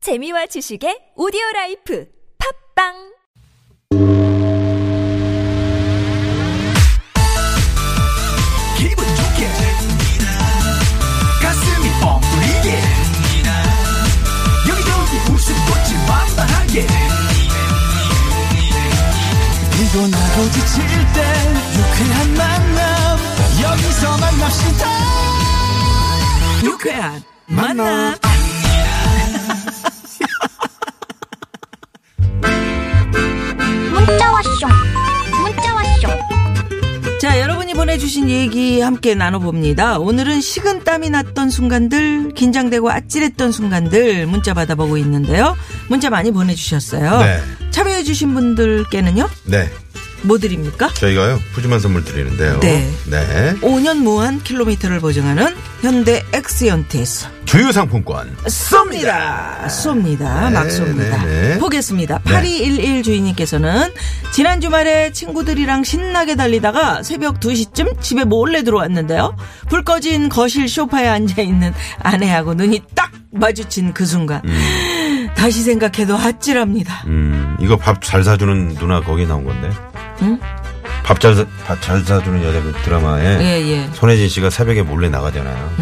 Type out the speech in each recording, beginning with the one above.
재미와 지식의 오디오 라이프 팝빵 기분 좋게 가슴이 뻥뚫리게 여기저기 웃음꽃이 만만하게 피곤하고 지칠 땐 유쾌한 만남 여기서 만납시다 유쾌한 만남 문자 왔쇼 문자 왔쇼 자, 여러분이 보내주신 얘기 함께 나눠봅니다. 오늘은 식은땀이 났던 순간들, 긴장되고 아찔했던 순간들 문자 받아보고 있는데요. 문자 많이 보내주셨어요. 네. 참여해주신 분들께는요, 네. 뭐 드립니까? 저희가요, 푸짐한 선물 드리는데요. 네. 네. 5년 무한 킬로미터를 보증하는 현대 엑시언트에서 주유 상품권. 쏩니다. 쏩니다. 막 쏩니다. 네, 네. 보겠습니다. 네. 8211 주인님께서는 지난 주말에 친구들이랑 신나게 달리다가 새벽 2시쯤 집에 몰래 들어왔는데요. 불 꺼진 거실 소파에 앉아있는 아내하고 눈이 딱 마주친 그 순간. 다시 생각해도 아찔합니다. 음, 이거 밥 잘 사주는 누나 거기에 나온 건데. 밥 잘, 사- 밥 잘 사주는 여자 그 드라마에. 예, 음. 예. 손혜진 씨가 새벽에 몰래 나가잖아요.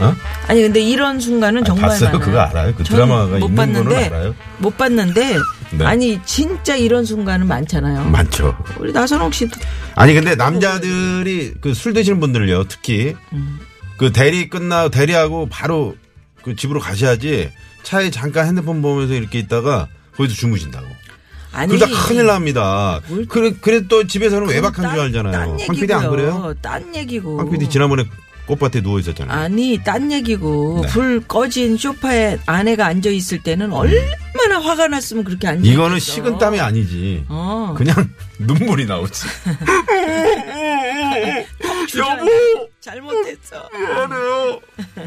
어? 아니 근데 이런 순간은 정말 봤어요? 많아요. 그거 알아요? 그 저는 드라마가 못 있는 거는 봤는데 알아요? 못 봤는데 네. 음. 아니 진짜 이런 순간은 많잖아요. 많죠. 우리 나선홍 씨도 아니, 근데 남자들이 그 술 드시는 분들요, 특히. 음. 그 대리 끝나, 대리하고 바로 그 집으로 가셔야지 차에 잠깐 핸드폰 보면서 이렇게 있다가 거기서 주무신다고. 아니 그러다 큰일 납니다. 그래, 그래 또 집에서는 외박한 줄 알잖아요. 딴 황 PD 안 얘기고요. 그래요? 딴 얘기고. 황 PD 지난번에 꽃밭에 누워 있었잖아요. 아니 딴 얘기고 네. 불 꺼진 소파에 아내가 앉아 있을 때는 얼마나 화가 났으면 그렇게 앉아. 음. 이거는 있겠어. 식은 땀이 아니지. 어. 그냥 눈물이 나오지. 여보 잘못했어. 그래요.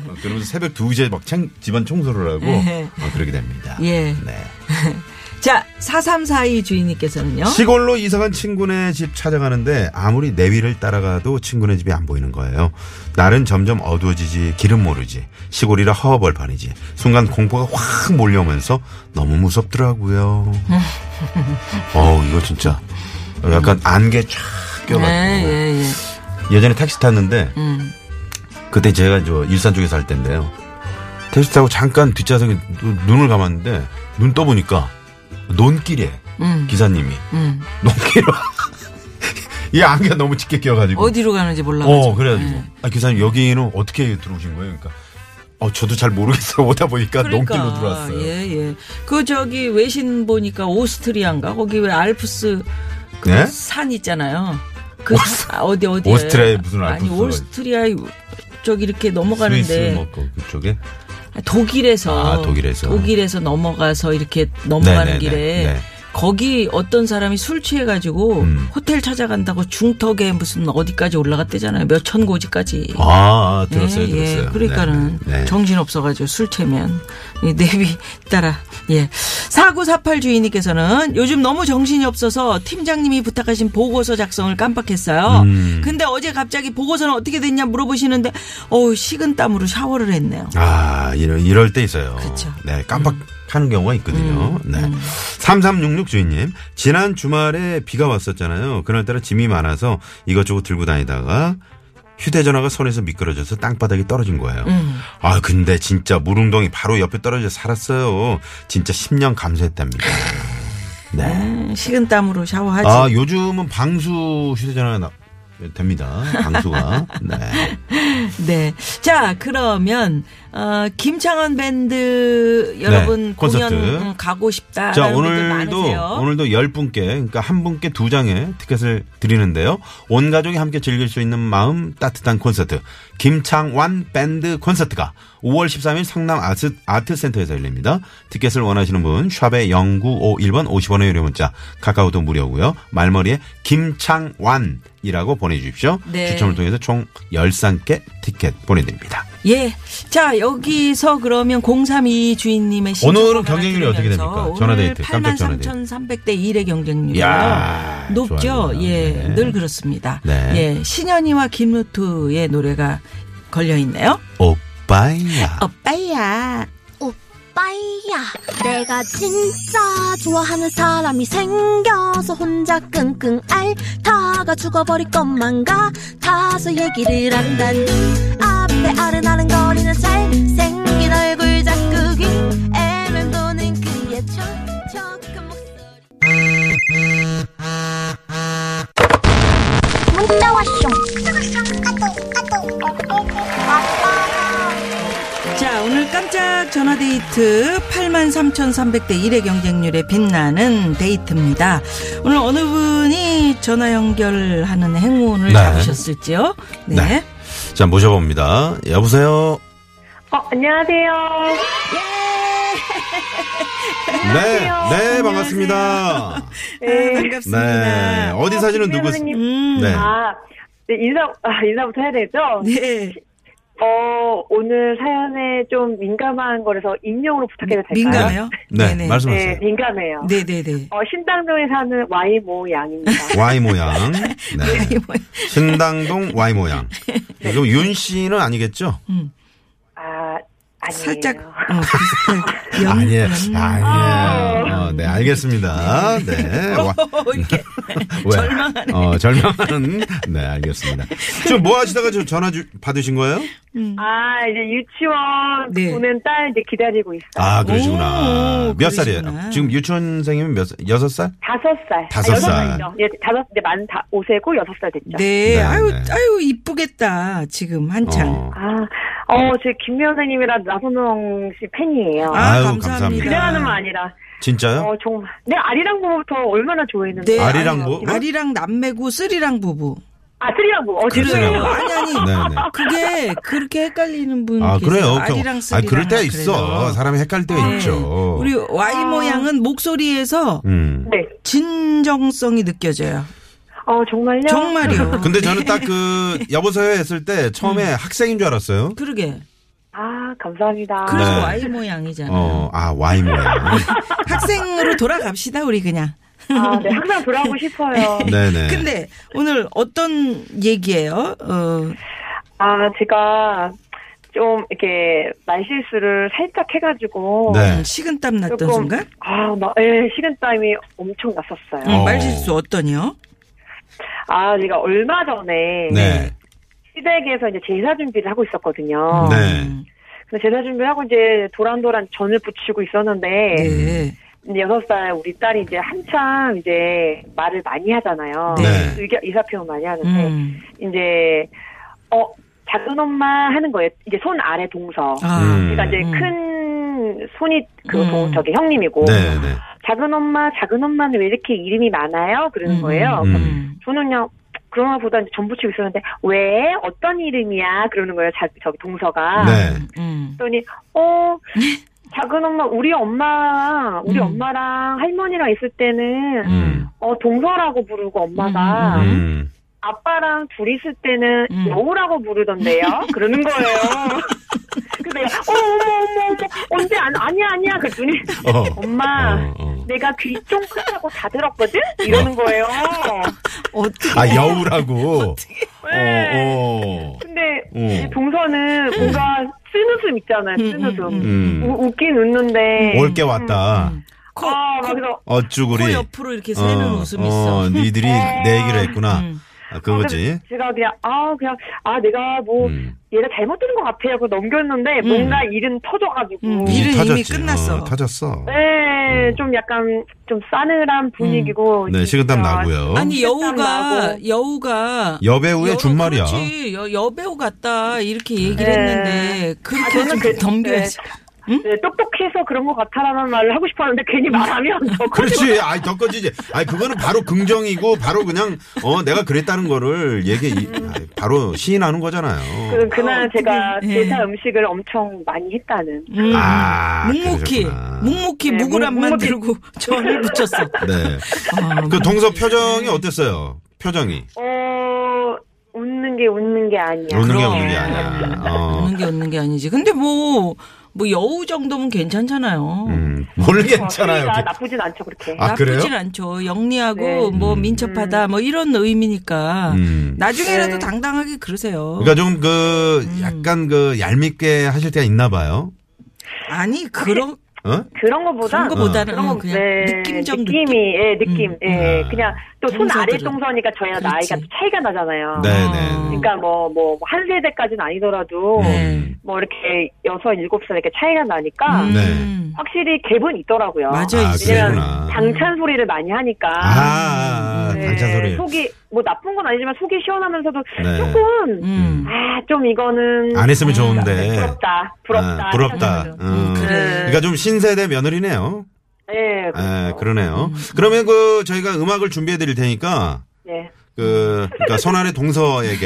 어, 그러면서 새벽 2시에 막 챙- 집안 청소를 하고 예. 어, 그러게 됩니다. 예. 네. 자 4342 주인님께서는요. 시골로 이사간 친구네 집 찾아가는데 아무리 내 위를 따라가도 친구네 집이 안 보이는 거예요. 날은 점점 어두워지지 길은 모르지 시골이라 허허벌판이지 순간 공포가 확 몰려오면서 너무 무섭더라고요. 어 이거 진짜 약간 안개 쫙 껴가지고 네, 예, 예. 예전에 택시 탔는데 음. 그때 제가 저 일산 쪽에 살 때인데요. 택시 타고 잠깐 뒷좌석에 눈- 눈을 감았는데 눈 떠보니까 논길에 음. 기사님이 음. 논길로 이 안개 너무 짙게 껴가지고 어디로 네. 가는지 몰라가지고. 어 그래가지고 아 기사님 여기는 어떻게 들어오신 거예요? 그러니까 어 저도 잘 모르겠어요. 오다 보니까 논길로 들어왔어요. 그러니까. 예, 예. 그 저기 외신 보니까 오스트리아인가? 거기 왜 알프스 그 네? 산 있잖아요. 그 오스- 산- 아, 어디 어디 오스트리아에 무슨 아니 알프스가 오스트리아 쪽 이렇게 스위스 넘어가는데 먹고 그쪽에 독일에서 아, 독일에서. 독일에서 넘어가서 이렇게 넘어가는 네네네. 길에 네. 음. 거기 어떤 사람이 술 취해가지고 호텔 찾아간다고 중턱에 무슨 어디까지 올라갔대잖아요 몇 천 고지까지 아, 아 들었어요, 예, 들었어요. 예. 그러니까는 네, 네. 정신 없어가지고 술 채면 이 내비 따라 예. 4948 주인님께서는 요즘 너무 정신이 없어서 팀장님이 부탁하신 보고서 작성을 깜빡했어요. 음. 근데 어제 갑자기 보고서는 어떻게 됐냐 물어보시는데 어우 식은 땀으로 샤워를 했네요. 아, 이럴, 이럴 때 있어요. 그쵸. 음, 네, 깜빡하는 경우가 있거든요. 네. 3366 주인님, 지난 주말에 비가 왔었잖아요. 그날따라 짐이 많아서 이것저것 들고 다니다가 휴대전화가 손에서 미끄러져서 땅바닥에 떨어진 거예요. 음. 아, 근데 진짜 무릉동이 바로 옆에 떨어져 살았어요. 진짜 10년 감수했답니다. 네. 음, 식은 땀으로 샤워하지. 아, 요즘은 방수 휴대전화가 나- 됩니다. 방수가. 네. 네. 자, 그러면 어 김창원 밴드 여러분 네, 공연 콘서트. 음, 가고 싶다. 자, 분들 많으세요? 오늘도, 오늘도 열 분께, 그러니까 한 분께 두 장의 티켓을 드리는데요. 온 가족이 함께 즐길 수 있는 마음 따뜻한 콘서트. 김창완 밴드 콘서트가 5월 13일 성남 아트, 아트센터에서 열립니다. 티켓을 원하시는 분, 샵에 0951번 50원의 유료 문자, 카카오도 무료고요 말머리에 김창완이라고 보내주십시오. 네. 추첨을 통해서 총 13개 티켓 보내드립니다. 예. 자, 여기서 그러면 032 주인님의 신청곡 오늘은 하나 경쟁률이 들으면서 어떻게 됩니까? 오늘 전화데이트, 깜짝 전화데이트. 83,300대 1의 경쟁률이 이야, 높죠. 좋아요. 예. 네. 늘 그렇습니다. 네. 예. 신현이와 김루트의 노래가 걸려 있네요. 오빠야. 오빠야. 오빠 빠이야 내가 진짜 좋아하는 사람이 생겨서 혼자 끙끙 앓다가 죽어버릴 것만 같아서 얘기를 한다니 앞에 아른아른거리는 잘생긴 얼굴 자꾸 귀에 도는 그의 척척한 목소리 문자 왔쇼 자, 오늘 깜짝 전화데이트 83,300대 1의 경쟁률에 빛나는 데이트입니다. 오늘 어느 분이 전화 연결하는 행운을 네. 잡으셨을지요? 네. 네. 자, 모셔봅니다. 여보세요? 어, 안녕하세요. 네, 네, 반갑습니다. 아, 네. 네. 반갑습니다. 어디 사시는 누구, 김대문님. 음. 네. 아, 네, 인사, 아, 인사부터 해야 되죠? 네. 어, 오늘 사연에 좀 민감한 거라서 익명으로 부탁해도 될까요? 민감해요? 네, 네, 말씀하세요. 민감해요. 네네네. 어, 신당동에 사는 와이모 양입니다. Y 모양. 네. 뭐 신당동 Y 모양. 그럼 윤 씨는 아니겠죠? 음, 아, 아니에요. 살짝, 어, 비슷해. 연- 아니에요. 연- 아니에요. 어, 네, 알겠습니다. 네. 어, 와- 이렇게. 왜? 절망하는. 어, 절망하는. 네, 알겠습니다. 저 뭐 하시다가 저 전화 주, 받으신 거예요? 아, 이제 유치원 음. 네. 보낸 딸 이제 기다리고 있어요. 아, 그러시구나. 오, 몇 살이에요? 그러시구나. 지금 유치원생이면 몇, 살? 여섯 살? 다섯 살. 다섯 아, 여섯 살. 살이죠. 예, 다섯, 이제 만 다, 5세고 여섯 살 됐죠. 네. 네, 아유, 네. 아유, 이쁘겠다. 지금 한창. 어. 아, 어, 제 김미연생님이랑 나선홍 씨 팬이에요. 아, 아유, 감사합니다. 감사합니다. 그냥하는 거 아니라. 진짜요? 어, 정말. 내가 아리랑 부부부터 얼마나 좋아했는데. 네, 아리랑 뭐? 아니, 부부? 아리랑 남매고 쓰리랑 부부. 아, 트리랑 부부. 어, 그래요. 죄송해요. 아니 아니. 예, 네네. 그게 음, 그렇게 헷갈리는 분이 아, 계세요. 그래요. 아리랑 아, 쓰리랑. 그럴 때가 그래서. 있어. 사람이 헷갈릴 때가 네. 있죠. 우리 Y 모양은 목소리에서 음. 네. 진정성이 느껴져요. 어, 정말요? 정말이요. 네. 근데 저는 딱 그 여보세요 했을 때 처음에 학생인 줄 알았어요. 그러게. 아, 감사합니다. 그래서 네. Y 모양이잖아요. 어, 아, Y 모양. 학생으로 돌아갑시다 우리 그냥. 아, 네. 항상 돌아오고 싶어요. 네네. 근데 오늘 어떤 얘기예요? 어, 아, 제가 좀 이렇게 말실수를 살짝 해가지고. 네. 음, 식은땀 났던 조금, 순간? 아, 나, 예, 식은땀이 엄청 났었어요. 어. 음, 말실수 어떠니요? 아, 제가 얼마 전에. 네. 시댁에서 이제 제사 준비를 하고 있었거든요. 음, 네. 근데 제사 준비를 하고 이제 도란도란 전을 부치고 있었는데. 네. 이제 여섯 살 우리 딸이 이제 한참 이제 말을 많이 하잖아요. 네. 의견 의사표현 많이 하는데 음. 이제 어 작은 엄마 하는 거예요. 이제 손 아래 동서. 아. 음. 그러니까 이제 음. 큰 손이 그 음. 동, 저기 형님이고 네네. 작은 엄마 작은 엄마는 왜 이렇게 이름이 많아요? 그러는 음. 거예요. 음. 저는 그냥 그런 것보다 이제 전부치고 있었는데 왜 어떤 이름이야? 그러는 거예요. 자, 저기 동서가. 네. 음. 그랬더니 어 작은 엄마 우리 엄마 우리 음. 엄마랑 할머니랑 있을 때는 음. 어 동서라고 부르고 엄마가 음. 음. 아빠랑 둘이 있을 때는 음. 여우라고 부르던데요 그러는 거예요. 근데 내가 어머 어머 어머 어머 언제 안 아니야 아니야 그랬더니 어. 엄마 어, 어. 내가 귀 쫑긋하고 다 들었거든 이러는 거예요. 어떻게 아, 여우라고. 네. 어, 어. 근데 어. 이 동서는 뭔가 쓴 웃음 있잖아요 쓴 웃음 음. 우- 웃긴 웃는데 올게 왔다. 코, 아, 막 그래서 어쭈구리. 음. 코 옆으로 이렇게 새는 웃음 있어. 음. 어, 니들이 내 얘기를 했구나. 아, 아, 그거지. 그래서 제가 그냥 아 그냥 아 내가 뭐 음. 얘가 잘못 들은 것 같아요. 그 넘겼는데 뭔가 일은 터져가지고 음. 네, 일은 이미 터졌지. 끝났어. 네. 어, 터졌어. 좀 약간 좀 싸늘한 분위기고 네, 식은땀 진짜. 나고요. 음. 아니 식은땀 여우가 나고. 여우가 여배우의 여러- 준말이야. 그렇지 여, 여배우 같다 이렇게 얘기를 네. 했는데 그렇게 아, 저는 좀 그- 덤벼야지. 네, 똑똑해서 그런 것 같아라는 말을 하고 싶었는데 괜히 말하면 더 그렇지. 아이, 더 꺼지지. 아이, 그거는 바로 긍정이고, 바로 그냥, 어, 내가 그랬다는 거를 얘기, 이- 아이, 바로 시인하는 거잖아요. 그, 그날 어, 제가 그게- 예. 제사 음식을 엄청 많이 했다는 음. 아, 묵묵히 그러셨구나. 묵묵히 네, 무구람만 묵묵히. 들고 전을 붙였어. 네. 아, 그 동서 표정이 어땠어요? 표정이. 어 웃는 게 웃는 게 아니야 웃는 게 그럼. 웃는 게 아니야. 어. 웃는 게 웃는 게 아니지. 근데 뭐, 뭐 여우 정도면 괜찮잖아요. 음, 뭘 어, 괜찮아요. 소리가 이렇게. 나쁘진 않죠 그렇게 아, 그래요? 나쁘진 않죠. 영리하고 네. 뭐 민첩하다 뭐 이런 의미니까 음. 나중에라도 네. 당당하게 그러세요. 그러니까 좀 그, 약간 그, 얄밉게 하실 때가 있나 봐요. 아니 그런 어? 그런 거보다 그런 거보다는 그런 거- 음, 그냥 느낌적 느낌이 예 느낌 음. 예 아. 그냥 또 손 아래 동서들은. 동서니까 저희랑 그렇지. 나이가 또 차이가 나잖아요. 네, 어. 네. 그러니까 뭐 뭐 한 세대까지는 아니더라도 네. 음. 뭐 이렇게 여섯 일곱 살 이렇게 차이가 나니까 음. 네. 확실히 갭은 있더라고요. 맞아요. 아, 있어요. 그랬구나. 당찬 소리를 많이 하니까. 아, 아, 아, 네, 당찬 소리. 속이 뭐 나쁜 건 아니지만 속이 시원하면서도 네. 조금 음. 아 좀 이거는 안 했으면 좋은데. 네, 부럽다 네, 부럽다 아, 부럽다. 생각하면서. 음. 그래. 그러니까 좀 신세대 며느리네요. 예. 예, 그러네요. 그러면 그 저희가 음악을 준비해 드릴 테니까 예. 그 그러니까 손안의 동서에게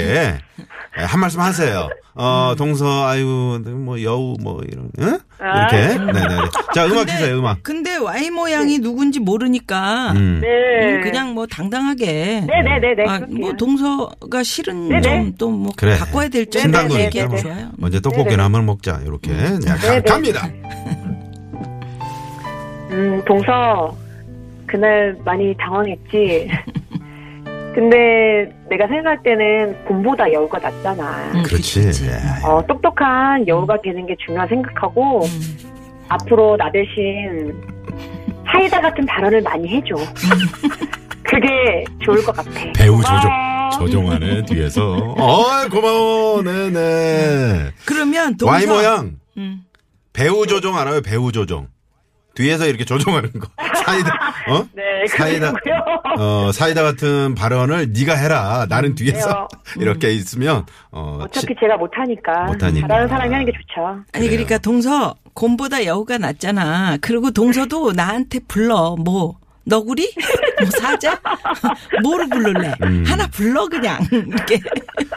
예, 한 말씀 하세요. 어, 동서 아이고 뭐 여우 뭐 이런 응? 아. 이렇게. 네, 네. 자, 음악 주세요. 음악. 근데 와이 모양이 누군지 모르니까 음. 네. 음, 그냥 뭐 당당하게 네네네네. 아, 그렇게요. 뭐 동서가 싫은 네네. 점 또 뭐 그래. 바꿔야 될 점. 신당군 네, 있죠. 네, 뭐. 네. 좋아요. 먼저 네, 네. 떡볶이나 한번 먹자. 이렇게. 야, 가, 네, 네. 갑니다. 음, 동서, 그날 많이 당황했지. 근데 내가 생각할 때는 봄보다 여우가 낫잖아. 음, 그렇지. 예. 어, 똑똑한 여우가 되는 게 중요한 생각하고, 앞으로 나 대신 사이다 같은 발언을 많이 해줘. 그게 좋을 것 같아. 배우 조종. 고마워. 조종하네 뒤에서. 어, 고마워. 네, 네. 그러면 동서 와이 모양 음. 배우 조종 알아요? 배우 조종. 뒤에서 이렇게 조종하는 거. 사이다. 어? 네, 사이다. 그러고요. 어, 사이다 같은 발언을 네가 해라. 나는 뒤에서 이렇게 있으면 어, 어차피 제가 못하니까. 못하니까. 잘하는 사람이 하는 게 좋죠. 아니 그래요. 그러니까 동서 곰보다 여우가 낫잖아. 그리고 동서도 네. 나한테 불러 뭐 너구리, 뭐 사자, 뭐로 불를래 음. 하나 불러 그냥 이렇게.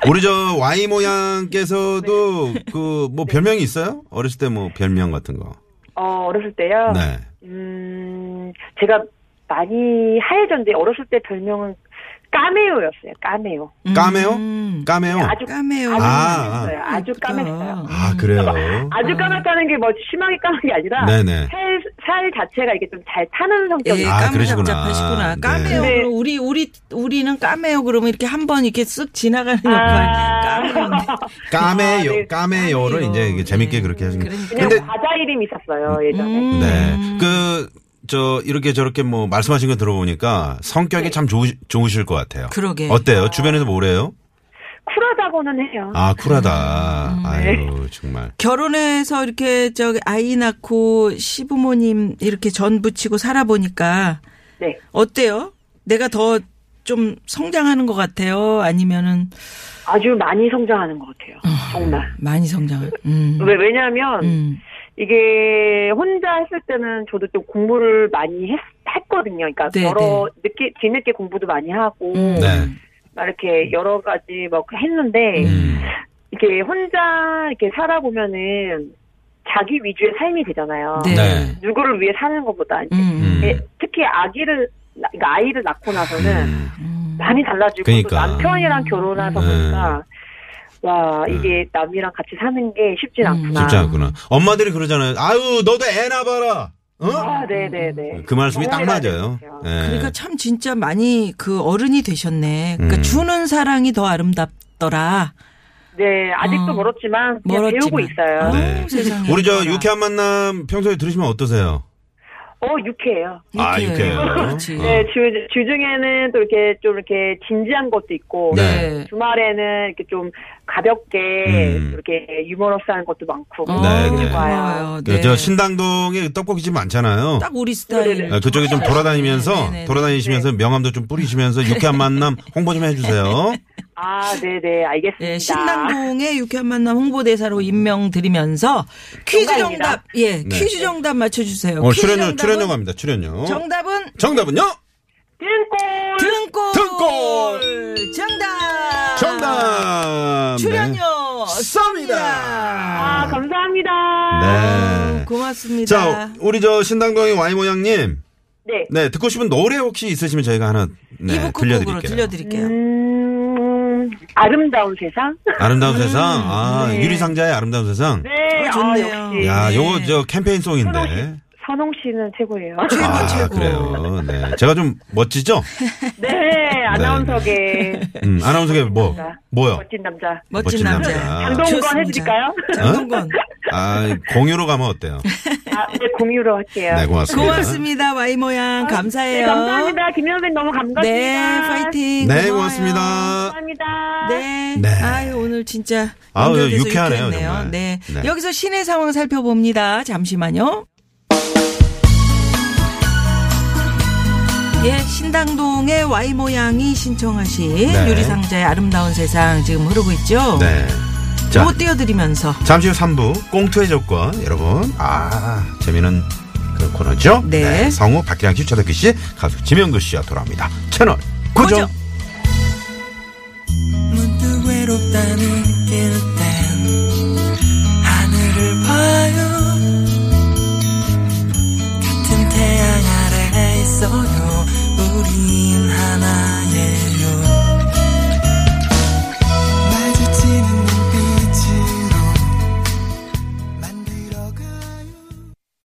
우리 저 Y 모양께서도 그 뭐 별명이 있어요? 어렸을 때 뭐 별명 같은 거. 어, 어렸을 때요. 네. 음, 제가 많이 하얘졌는데 어렸을 때 별명은 까메오였어요. 까메오. 까매요? 음. 까매요? 아주 까매요. 아주 아, 까맸어요. 아주 까맸어요. 아, 그래요. 아주 까맸다는 게 뭐 심하게 까는 게 아니라 네네. 살, 살 자체가 이게 좀 잘 타는 예, 성격이 아, 까매 그러시구나. 잡잡하시구나. 네. 까매요. 네. 우리 우리 우리는 까매요. 그러면 이렇게 한 번 이렇게 쓱 지나가는 아. 역할. 까매요. 까매요, 아, 까매요를 네. 까매요. 이제 이게 재밌게 네. 그렇게 하신 거. 그러니까. 그냥 근데 과자 이름이 있었어요. 예전에. 음. 네. 그, 저, 이렇게 저렇게 뭐 말씀하신 거 들어보니까 성격이 참 좋으, 좋으실 것 같아요. 네. 그러게. 어때요? 주변에서 뭐래요? 쿨하다고는 해요. 아, 음. 쿨하다. 아유, 정말. 결혼해서 이렇게 저기 아이 낳고 시부모님 이렇게 전 붙이고 살아보니까 네. 어때요? 내가 더 좀 성장하는 것 같아요? 아니면은 아주 많이 성장하는 것 같아요. 정말. 많이 성장한? 음. 네. 왜, 왜냐하면 음. 이게 혼자 했을 때는 저도 좀 공부를 많이 했, 거든요 그러니까 네, 여러 늦게 뒤늦게 공부도 많이 하고 음. 네. 막 이렇게 여러 가지 막 했는데 음. 이렇게 혼자 이렇게 살아보면은 자기 위주의 삶이 되잖아요. 네. 네. 누구를 위해 사는 것보다 이제 예, 음. 음. 특히 아기를 낳- 그러니까 아이를 낳고 나서는 음. 많이 달라지고 또 그러니까. 남편이랑 결혼하다 음. 보니까 와 이게 남이랑 같이 사는 게 쉽진 않구나. 음. 쉽지 않구나. 엄마들이 그러잖아요. 아유, 너도 애 낳아봐라. 어? 아, 네네네. 그 말씀이 딱 정말 맞아요. 맞아요. 예. 그러니까 참 진짜 많이 그 어른이 되셨네. 그러니까 음. 주는 사랑이 더 아름답더라. 네, 아직도 어, 멀었지만 그냥 멀었지만. 네, 배우고 있어요. 네. 아우, 세상에. 우리 저 아름다워라. 유쾌한 만남 평소에 들으시면 어떠세요? 어, 유쾌해요. 아, 유쾌해요. 유쾌해요. 그렇지. 어. 네, 주, 주중에는 또 이렇게 좀 이렇게 진지한 것도 있고, 네. 주말에는 이렇게 좀 가볍게 음. 이렇게 유머러스한 것도 많고. 어, 네, 네. 고마워요. 그 네. 저 신당동에 떡볶이집 많잖아요. 딱 우리 네, 스타일. 아, 그쪽에 좀 돌아다니면서 네, 네, 네. 돌아다니시면서 명함도 좀 뿌리시면서 유쾌한 만남 홍보 좀 해주세요. 아, 네네, 알겠습니다. 예, 신당동의 유쾌한 만남 홍보대사로 임명드리면서 퀴즈 영광입니다. 정답, 예, 네. 퀴즈 정답 맞춰주세요. 어, 퀴즈 출연료 정답은 출연료 갑니다. 어? 출연료. 정답은 정답은요? 등골! 등골. 등골! 정답. 정답. 아, 출연료 쏩니다. 쏩니다. 아, 감사합니다. 네. 고맙습니다. 자, 어, 우리 저 신당동의 와이 모양님. 네. 네, 듣고 싶은 노래 혹시 있으시면 저희가 하나 네, 이부 끝곡으로 들려드릴게요. 들려드릴게요. 음, 아름다운 세상? 아름다운 세상. 아, 유리상자의 아름다운 세상. 네, 아, 음, 네. 좋네요. 아, 역시. 야, 네. 음, 요거 저 캠페인송인데. 선홍 씨는 최고예요. 아, 최고. 그래요. 네. 제가 좀 멋지죠? 네, 아나운서계 음, 아나운서계 뭐, 네. 뭐요? 멋진 남자. 멋진, 멋진 남자. 남자. 장동건 네. 좋습니다. 해드릴까요? 장동건. 아, 공유로 가면 어때요? 다음에 공유로 할게요. 네, 고맙습니다. 고맙습니다. 와이 모양 감사해요. 네, 감사합니다. 김현빈 너무 감사합니다. 네, 파이팅. 네, 고마워요. 고맙습니다. 감사합니다. 네. 네. 아유, 오늘 진짜 아유, 연결돼서 유쾌하네요, 유쾌했네요. 정말. 네. 네. 여기서 시내 상황 살펴봅니다. 잠시만요. 예, 신당동의 Y 모양이 신청하신 네. 유리상자의 아름다운 세상 지금 흐르고 있죠? 네. 자, 못 띄워드리면서. 잠시 후 3부 꽁투의 조건 여러분 아 재미는 그 코너죠. 네. 성우 박기량 씨, 최덕기 씨, 가수 지명도 씨와 돌아옵니다. 채널 고정. 고정. 문득 외롭다는